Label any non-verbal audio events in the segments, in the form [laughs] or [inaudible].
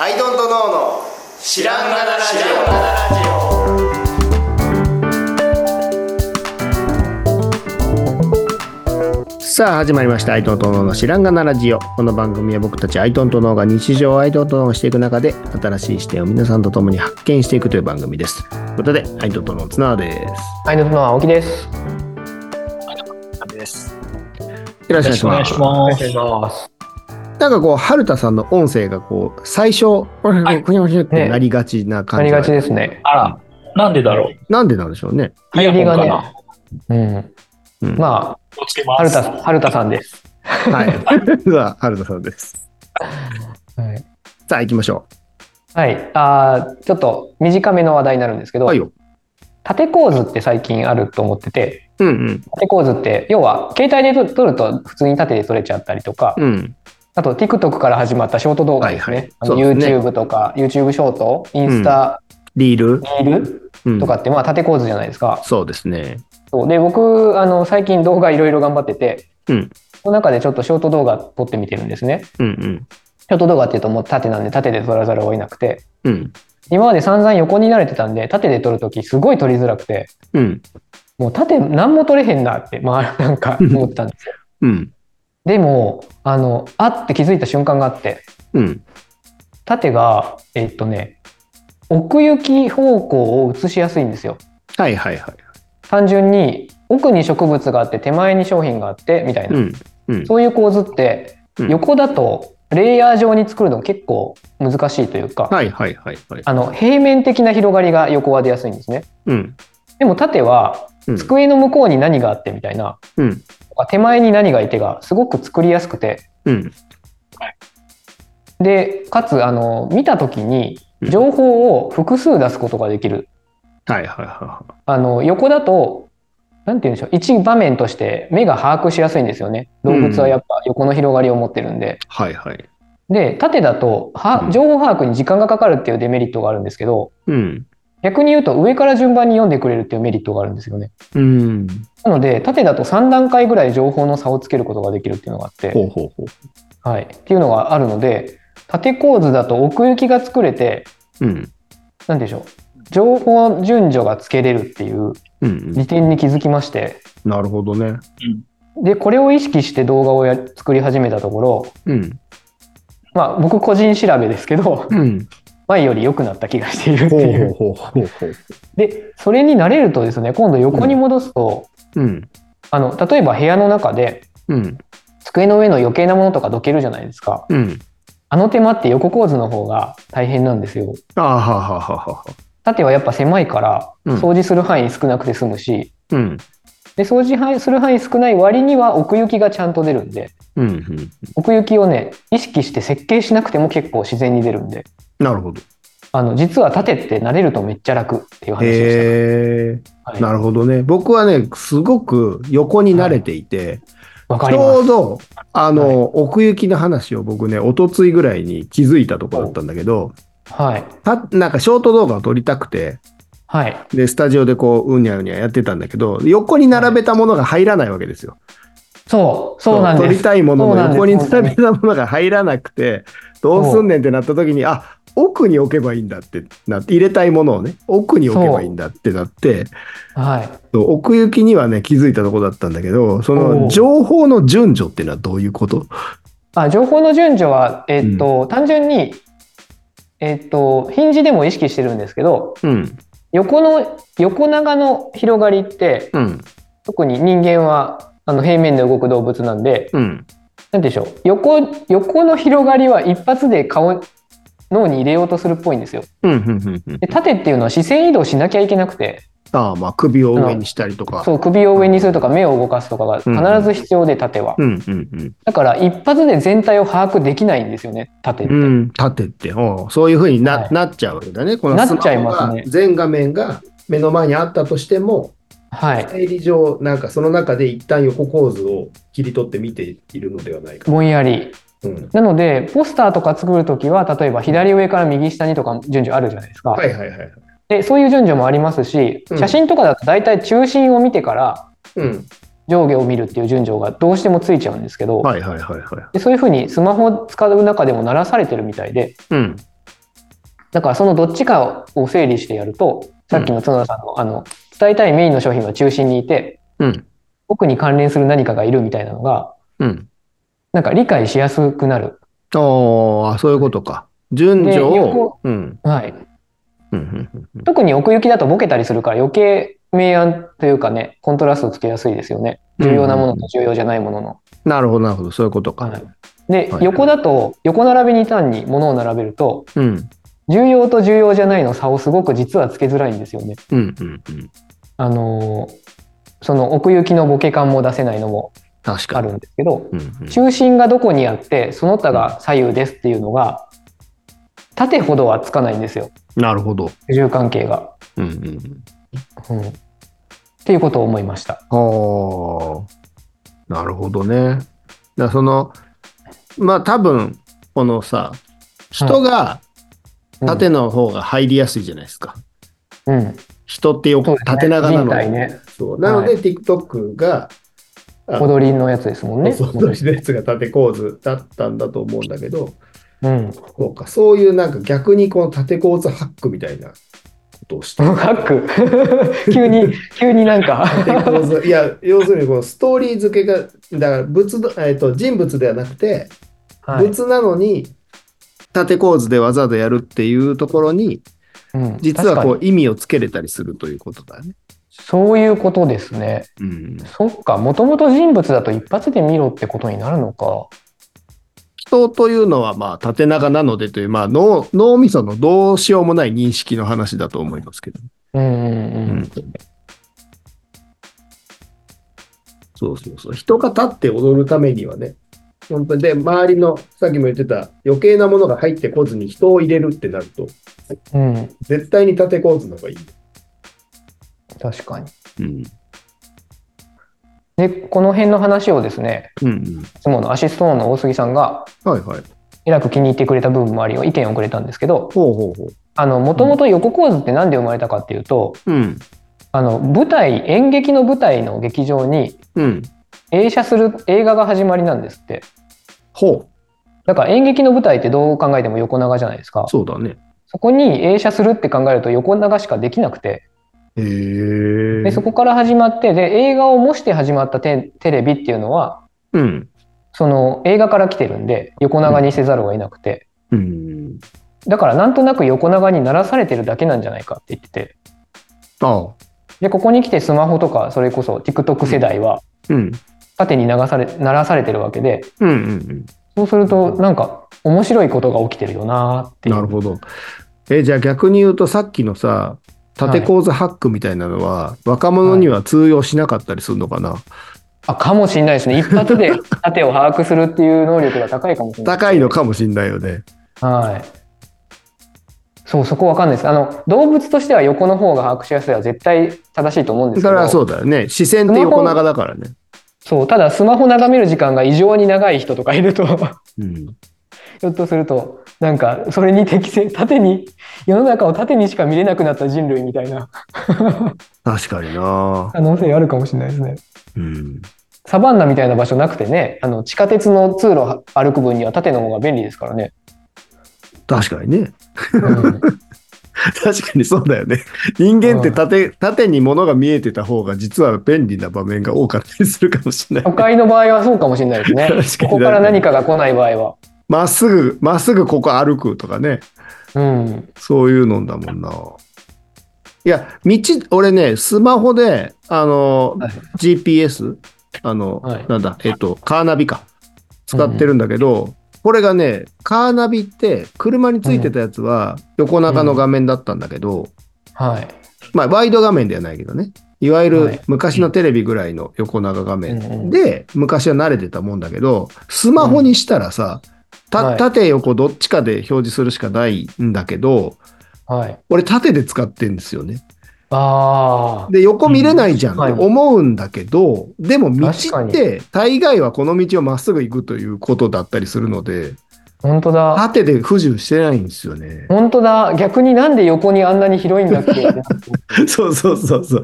アイドントノーの知らんがなラジさあ始まりました「アイトントノーの知らんがなラジオ」この番組は僕たちアイトントノーが日常をアイトントノーしていく中で新しい視点を皆さんと共に発見していくという番組ですということでアイトントノー綱ですアイドルの青木です。よです。よよろろししくくおお願願いいします。しまします。すなんかこう春田さんの音声がこう最初これいこにょこにょってなりがちなな感りじがちですね。あら、なんでだろう。なんでなんでしょうねイヤホンか入りがな。うん。うんま気をつけあ、まはるす。た、はるたさんです。はい [laughs] では春田さんですはい。さあ行きましょはい。あーちょっと短めの話題になるんですけうど、はいよ縦構図って最近あると思ってて、うんうん縦構図って、要は、携帯で撮撮ると普通に縦で撮れちゃったりとか、うんあと TikTok から始まったショート動画ですね。はいはいあのそうですね YouTube とか、YouTube ショート、インスタ、リール、リールうんとかって、まあ、縦構図じゃないですか。そうですねそうで僕あの最近動画いろいろ頑張ってて、うんその中でちょっとショート動画撮ってみてるんですねうんショート動画っていうともう縦なんで縦で撮らざるを得なくてうんうん今まで散々横に慣れてたんで縦で撮るときすごい撮りづらくてうんもう縦何も撮れへんなってまあなんか思ってたんです [laughs] ようんでもあのあって気づいた瞬間があってうん縦がえっとね奥行き方向を映しやすいんですよはいはいはい単純に奥に植物があって手前に商品があってみたいな、うんうんそういう構図ってうん横だとレイヤー状に作るの結構難しいというか、はいはいはいはい。あの平面的な広がりが横は出やすいんですね。うん。でも縦はうん机の向こうに何があってみたいな、うん。手前に何がいてがすごく作りやすくてうん。でかつあの見た時にうん情報を複数出すことができる。はいはいはいはい。あの横だとなんて言うんでしょう一場面として目が把握しやすいんですよね動物はやっぱ横の広がりを持ってるんで、はいはい。で縦だとはうん情報把握に時間がかかるっていうデメリットがあるんですけど、うん。逆に言うと上から順番に読んでくれるっていうメリットがあるんですよね。うん。なので縦だと3段階ぐらい情報の差をつけることができるっていうのがあって、ほうほうほはい、っていうのがあるので縦構図だと奥行きが作れてう。うん。何でしょう情報順序がつけれるっていううんうん。利点に気づきましてなるほどね。でこれを意識して動画をや作り始めたところうん。まあ僕個人調べですけど [laughs] うん。前より良くなった気がしているってほういほうう。ほうほうほう。でそれに慣れるとですね今度横に戻すと、うん。あの例えば部屋の中でうん。机の上の余計なものとかどけるじゃないですか。うん。あの手間って横構図の方が大変なんですよ。あーはーはーはーはーは縦はやっぱ狭いから、うん掃除する範囲少なくて済むし、ー。うん。で、掃除範囲する範囲少ない割には奥行きがちゃんと出るんで、うん。うん。奥行きをね、意識して設計しなくても結構自然に出るんで、なるほど。あの、実は縦って慣れるとめっちゃ楽っていう話をしへえ。た。はいなるほどね。僕はね、すごく横に慣れていて、わかちります。ょうど、あの、奥行きの話を僕ね、一昨日ぐらいに気づいたとこだったんだけど、はい。たなんかショート動画を撮りたくて、はい。で、スタジオでこう、うにゃうにゃやってたんだけど、横に並べたものが入らないわけですよ。そう、そうなん撮でりす。たいものそうなのんです横に並べたものが入らなくて、どうすんねんってなった時に、あ、奥に置けばいいんだってなって、入れたいものをね、奥に置けばいいんだってなって、はい。そう奥行きにはね、気づいたとこだったんだけど、そおのう情報の順序っていうのはどういうことあ情報の順序は、えっと、単純に、えっと、ヒンジでも意識してるんですけど、うん、横の横長の広がりってうん、特に人間はあの平面で動く動物なんでうん、何でしょう横横の広がりは一発で顔脳に入れようとするっぽいんですよ。うん、うん、うん。で縦っていうのは視線移動しなきゃいけなくてああ、まあ、首を上にしたりとか。そう首を上にするとか目を動かすとかが必ず必要で縦は。うん、うん、うん。だから一発で全体を把握できないんですよね縦って。うん、立てって、うんそういうふうにな,、はいなっちゃうわけだね。このなっスマホちゃいますねが全画面が目の前にあったとしても、はい、整理上、なんかその中で一旦横構図を切り取って見ているのではないか。ぼんやり。うん、なのでポスターとか作る時は例えば左上から右下にとか順序あるじゃないですか。はいはいはいはい。でそういう順序もありますしうん写真とかだと大体中心を見てからうん、上下を見るっていう順序がどうしてもついちゃうんですけど、はいはいはいはい。でそういうふうにスマホを使う中でも鳴らされてるみたいでうん、だからそのどっちかを整理してやると、さっきの角田さんの、あの、伝えたいメインの商品は中心にいて、うん。奥に関連する何かがいるみたいなのが、うん。なんか理解しやすくなる。ああ、そういうことか。順で序横を。うん。はい。うんうんうんうん特に奥行きだとボケたりするから余計明暗というかね、コントラストつけやすいですよね。重要なものと重要じゃないものの。なるほど、なるほど。そういうことはかい。で、はい横だと、横並びに単に物を並べると、うん。重要と重要じゃないの差をすごく実はつけづらいんですよね。うん。うん。うん。あのーその奥行きのボケ感も出せないのも確かあに。るんですけど、うんうん中心がどこにあって、その他が左右ですっていうのが、縦ほどはつかないんですよ。なるほど。主従関係が。うん。うんうん。うん。っていうことを思いました。ああ、なるほどね。だからその、まあ多分、このさ、人がうん縦の方が入りやすいじゃないですか。うん。人って横、そうですね縦長な人ので。体ね。そうなので、は TikTok が、あ踊りのやつですもんね。そうそうのやつが縦構図だったんだと思うんだけど、うん。そうか、そういうなんか逆にこの縦構図ハックみたいなことをした。ハック。 [laughs] 急 [laughs] に、急になんか。縦構図いや、要するにこのストーリー付けが、だから物の、えっと人物ではなくて、はい物なのに縦構図でわざわざやるっていうところにうん実はこ確かにう意味をつけれたりするということだね。そういうことですね。うん、そっか、もともと人物だと一発で見ろってことになるのか。人というのはまあ縦長なのでという、まあ、脳脳みそのどうしようもない認識の話だと思いますけど、うんうんう。うんんそうそうそう人が立って踊るためにはね本当にで周りのさっきも言ってた余計なものが入ってこずに人を入れるってなるとうん、絶対に縦構図の方がいい。確かに。うんで、この辺の話をですね、うんいつものアシストーンの大杉さんが、うん、はいはい。えらく気に入ってくれた部分もありよ、意見をくれたんですけど、ほうほうほう。あの、もともと横構図って何で生まれたかっていうと、うんあの、舞台、演劇の舞台の劇場にうん。映写する映画が始まりなんですって。ほだから演劇の舞台ってどう考えても横長じゃないですかう。。そうだね。そこに映写するって考えると横長しかできなくて、へえ。でそこから始まってで映画を模して始まったテテレビっていうのはうん。その映画から来てるんで横長にせざるを得なくて、うん。だからなんとなく横長にならされてるだけなんじゃないかって言っててああ。でここに来てスマホとかそれこそ TikTok 世代はうん。縦に流されならされてるわけでうんうんそうするとなんか面白いことが起きてるよなーっうていん。うなるほど。え、じゃあ逆に言うとさっきのさ、縦構図ハックみたいなのは、若者には通用しなかったりするのかな、あかもしれないですね一発 [laughs] で縦を把握するっていう能力が高いかもしれない高いのかもしんないよね。はい。そう、そこわかんないです。あの、動物としては横の方が把握しやすいは絶対正しいと思うんですだけど。からそうだよね。視線って横長だからね。そうただスマホ眺める時間が異常に長い人とかいると、 [laughs] ひうん。ょっとすると、なんか、それに適正、縦に、世の中を縦にしか見れなくなった人類みたいな [laughs] 確かにな可能性あるかもしれないですね。うん。サバンナみたいな場所なくてね、あの、地下鉄の通路歩く分には縦の方が便利ですからね。確かにね。うん確かにそうだよね。人間って縦、縦に物が見えてた方が実は便利な場面が多かったりするかもしれない。。[laughs] 都会の場合はそうかもしれないですね [laughs] 確かにここから何かが来ない場合は。まっすぐ、まっすぐここ歩くとかね、うん。そういうのだもんな。いや、道、俺ね、スマホで、あの、はい GPS、あの、はいなんだ、えっと、カーナビか、使ってるんだけど、これがね、カーナビって、車についてたやつは、横長の画面だったんだけど、はい。まあ、ワイド画面ではないけどね、いわゆはるい昔のテレビぐらいの横長画う面んうんで、昔は慣れてたもんだけど、スマホにしたらさ、たはい縦横どっちかで表示するしかないんだけど、はい。俺縦で使ってんですよね。ああ。で、横見れないじゃんうんって思うんだけど、でも道確かって大概はこの道をまっすぐ行くということだったりするので、本当だ。縦で不自由してないんですよね。 [laughs] 本当だ。逆になんで横にあんなに広いんだっけ。 [laughs] そうそうそうそう。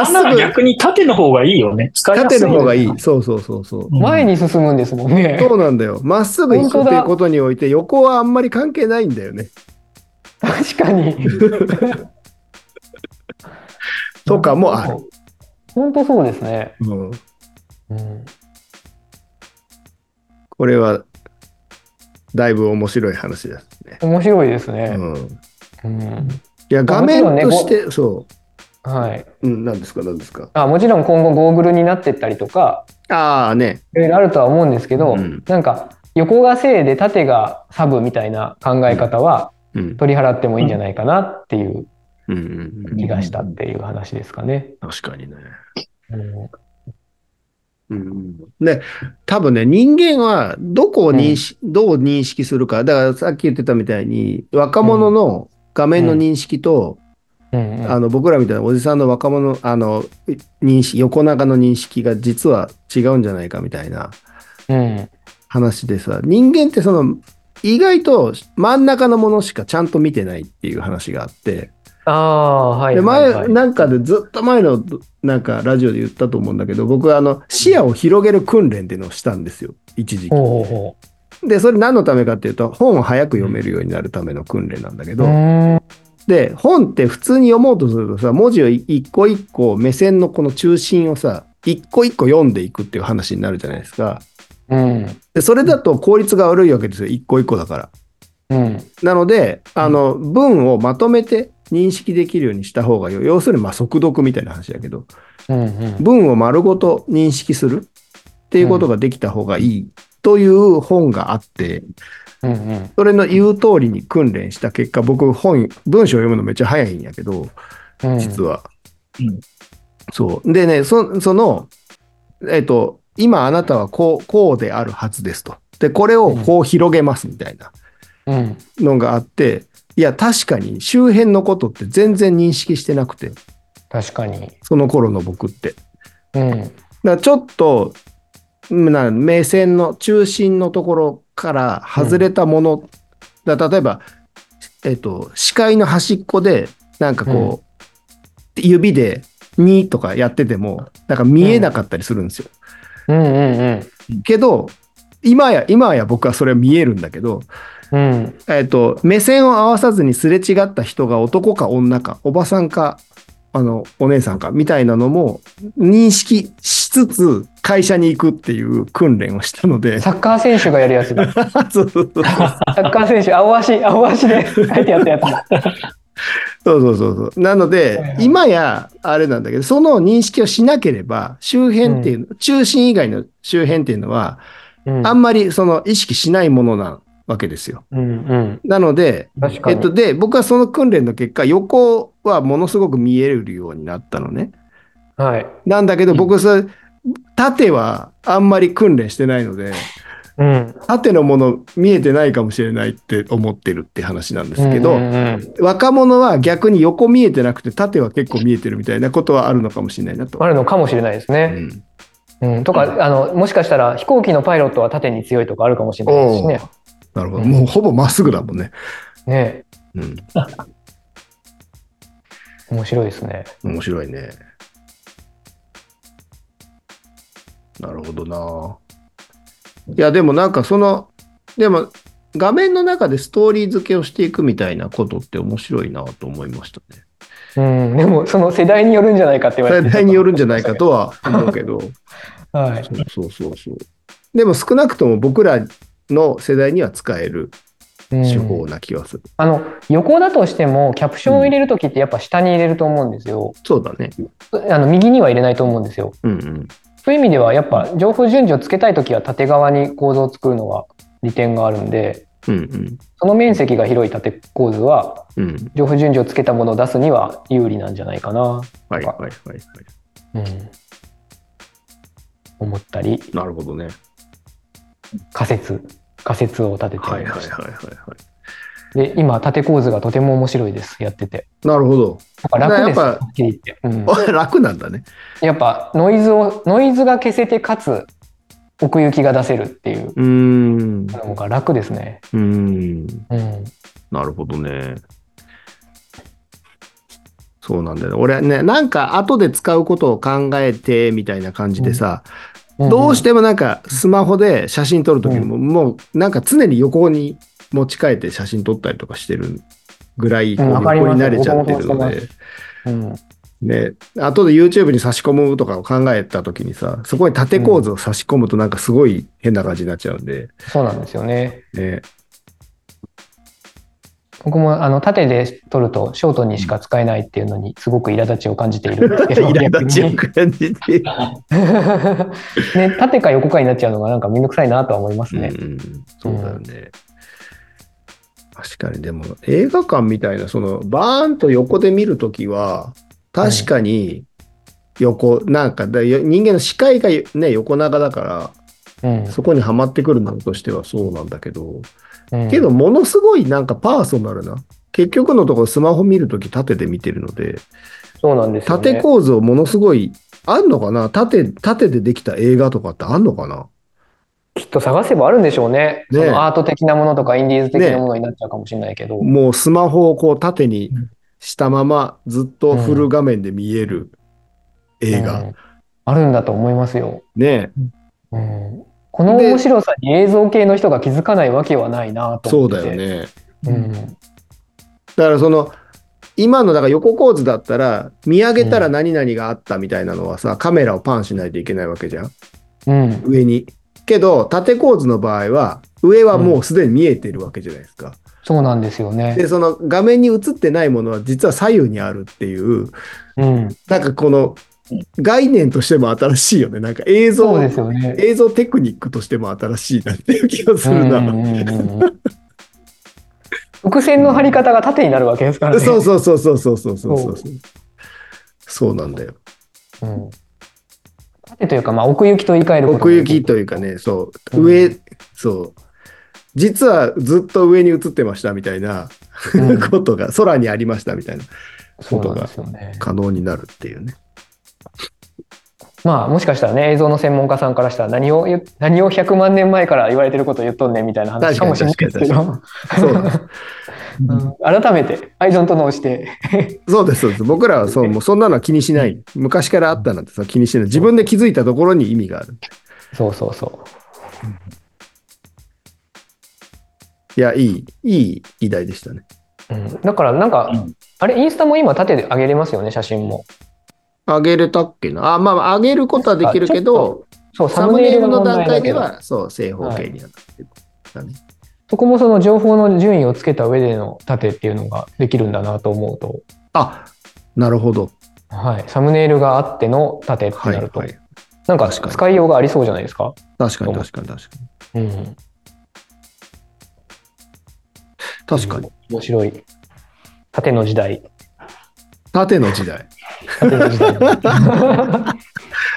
あっんすならぐ逆に縦の方がいいよね。使いやす縦いよのね。方がいい。そうそうそうそう。うん前に進むんですもん [laughs] ね。そうなんだよ。まっすぐ行本く当っだていうことにおいて、横はあんまり関係ないんだよね。確かに。とかもある。本当そうですね。うん、うん、これは、だいぶ面白い話ですね。面白いですね。うん、いうんや、画面もちろとんねして、そはい、う、うん、なんですか、なんですか。あもちろん今後ゴーグルになってったりとかああね、いろいろあるとは思うんですけど、うんなんか横が正で縦がサブみたいな考え方はうん、取り払ってもいいんじゃないかなっていううん、うんうん、気がしたっていう話ですかね。確かにね。うんうん、で多分ね人間はどこを認識、どう認識するかだからさっき言ってたみたいに若者の画面の認識と、うんうんあの僕らみたいなおじさんの若者あの認識横長の認識が実は違うんじゃないかみたいなうん話でさ人間ってその意外と真ん中のものしかちゃんと見てないっていう話があって、ああはいではいは前い。なんかでずっと前のなんかラジオで言ったと思うんだけど僕はあの視野を広げる訓練っていうのをしたんですよ一時期。ほうほうほで、それ何のためかっていうと、本を早く読めるようになるための訓練なんだけううど、ーんで、本って普通に読もうとするとさ、文字を一個一個目線のこの中心をさ、一個一個読んでいくっていう話になるじゃないですか。うんで、それだと効率が悪いわけですよ、一個一個だから。うんなので、あの、文をまとめて認識できるようにした方がよい。要するに、まあ、速読みたいな話だけど、うんうん文を丸ごと認識するっていうことができた方がいいという本があって、うんうんそれの言う通りに訓練した結果、僕本、文章読むのめっちゃ早いんやけど、うん実は。うんそう。でね、そその、えっ、と、今あなたはこう、こうであるはずですと。で、これをこう広げますみたいなうんのがあって、いや、確かに周辺のことって全然認識してなくて、確かに。その頃の僕って。うんだからちょっとうんな目線の中心のところから外れたもの、だから例えば、えっと視界の端っこでなんかこう、指で「に」とかやっててもなんか見えなかったりするんですよ。うんうんけど今や今や僕はそれは見えるんだけど、うんうんえっと目線を合わさずにすれ違った人が男か女かおばさんかあのお姉さんかみたいなのも認識しつつ会社に行くっていう訓練をしたの [laughs] でサッカー選手がやるやつ [laughs] だ。サそうそうそうッカー選手、青足、青足で書いてやったやつ。そうそうそうそうなので、はいはい今やあれなんだけどその認識をしなければ周辺っていうの、中心以外の周辺っていうのはうんあんまりその意識しないものなわけですよ。うんうん。なので、確かえに。っと、で僕はその訓練の結果横はものすごく見えるようになったのね。はい。なんだけど、僕、それ、縦はあんまり訓練してないので、うん。縦のもの見えてないかもしれないって思ってるって話なんですけうんど、うん若者は逆に横見えてなくて、縦は結構見えてるみたいなことはあるのかもしれないなと。あるのかもしれないですうね。んうん、とか、あの、もしかしたら飛行機のパイロットは縦に強いとかあるかもしれないですしね。なるほど。もうほぼまっすぐだもんね。ねうん。面白いですね。面白いね。なるほどな。いや、でもなんかその、でも画面の中でストーリー付けをしていくみたいなことって面白いなと思いました [laughs] ね。うん、でも、その世代によるんじゃないかって言われ最て。大によるんじゃないか。とは思うけ [laughs] ど、はい。そうそうそうそう。でも少なくとも僕らの世代には使えるうん手法な気がする。あの、横だとしても、キャプションを入れるときって、やっぱ下に入れると思うんですよ。そうだね。あの、右には入れないと思うんですよ。うんうん。そういう意味では、やっぱ情報順序をつけたいときは縦側に構造を作るのが利点があるんで、うんその面積が広い縦構図は、うん。うん。情報順序をつけたものを出すには有利なんじゃないかな、はいはいはいはい。うん、思ったり、なるほどね。仮説、仮説を立ててはみいまはいはいした。はいはで、今、縦構図がとても面白いです、やってて。い。なるほど。やっぱ楽です、だからはやっぱっきり言って。うんあ楽なんだね。やっぱノイズを、ノイズが消せて、かつ奥行きが出せるっていううーん。のが楽ですね。うーん。うん。なるほどね。そうなんだよね。俺ね、なんか後で使うことを考えてみたいな感じでさ、どうしててもなんかスマホで写真撮るときも、もうなんか常に横に持ち替えて写真撮ったりとかしてるぐらい、こううんわかり横ますに慣れちゃってる僕ものわかでり。うん、ね、後で YouTube に差し込むとかを考えたときにさ、そこに縦構図を差し込むとなんかすごい変な感じになっちゃうんで、そうなんですよね。ね、僕もあの縦で撮るとショートにしか使えないっていうのにすごく苛立ちを感じているんですけ [laughs] ど。イライラちを逆に [laughs] 感じて、ね、縦か横かになっちゃうのがなんかめんどくさいなとは思いますね。うん、そうだよね。確かに、でも映画館みたいな、そのバーンと横で見るときは、確かに横、なんかだよ人間の視界が、ね、横長だから、うんそこにはまってくるのとしてはそうなんだけど、うんけど、ものすごいなんかパーソナルな。結局のところスマホ見るとき縦で見てるので、そうなんですよ、ね。縦構図をものすごい、あんのかな縦、縦でできた映画とかってあんのかなきっと探せばあるんでしょうね。ねそのアート的なものとかインディーズ的なものになっちゃうかもしれないけど。もうスマホをこう縦にしたままずっとフル画面で見える映画。うんあるんだと思いますよ。ねうんこの面白さに映像系の人が気づかないわけはないなとそ思っうてて。だよね。うん。だからその、今のだから横構図だったら、見上げたら何々があったみたいなのはさ、カメラをパンしないといけないわけじゃんうん。上に。けど、縦構図の場合は、上はもうすでに見えてるわけじゃないですか。そうなんですよね。で、その画面に映ってないものは実は左右にあるっていう、うん。なんかこの概念としても新しいよね。なんか映そう像、ですよね。映像テクニックとしても新しいなっていう気がするな。うんうんうんうん伏線の張り方が縦になるわけですからね。そうそうそうそうそうそうそうそう。そそうなんだよ。うん縦というか、まあ、奥行きと言い換えることも奥行きというかね、そう、うん上、そう。実はずっと上に映ってましたみたいなうんことが、空にありましたみたいなそうことなんがですよね。可能になるっていうね。まあもしかしたらね映像の専門家さんからしたら何を言う何を100万年前から言われてることを言っとんねんみたいな話かもしれないですけど、そうです。 [laughs] うん改めてアイゾンと直して、そうです、そうです。僕らは [laughs] そう、もうそんなのは気にしない。昔からあったなんてさ、気にしない。自分で気づいたところに意味がある。そうそうそう。いや、いい、いい議題でしたね。うん、だからなんか、うんあれインスタも今縦で上げれますよね写真も。あげれたっけなあ、まあまあ、あげることはできるけど、そうササムムネイネイルルのの段階段階でではは、そう、正方形になってる、だね。そこもその情報の順位をつけた上での縦っていうのができるんだなと思うと、あ、なるほど。はい、サムネイルがあっての縦ってはい、なると、はい。なんか確かに使いようがありそうじゃないですか。確かに、確かに、確かに。うん、確かに。面白い縦の時代縦の時代。縦の時代。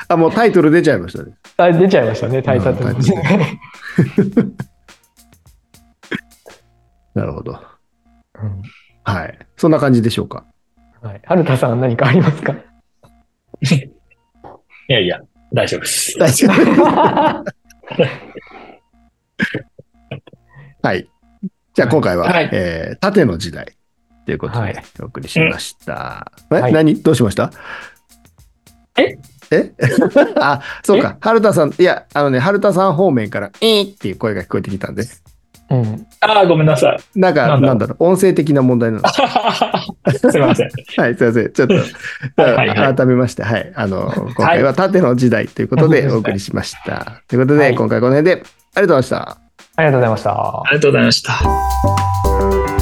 あ、もうタイトル出ちゃいましたね。あ出ちゃいましたね、タイタンのうんタイタ [laughs] なるほど。はい。そんな感じでしょうか。はい。はるたさん、何かありますかいやいや、大丈夫です。大丈夫。 [laughs] はい。じゃあ今回は、はいえー縦の時代ということで、はいお送りしました。えはい何どうしましたええ [laughs] あ、そうか。春田さん、いや、あのね、春田さん方面から、えーっていう声が聞こえてきたんで、うん。ああ、ごめんなさい。 [laughs] なんか、ななんんだだろう音声的な問題なの。はすいません。い、すいません。ちょっと、はいはい改めまして、はい。あの、今回は縦の時代ということでお送りしました。ということで、はい今回この辺で、ありがとうございました。ありがとうございましたあ。りがとうございました。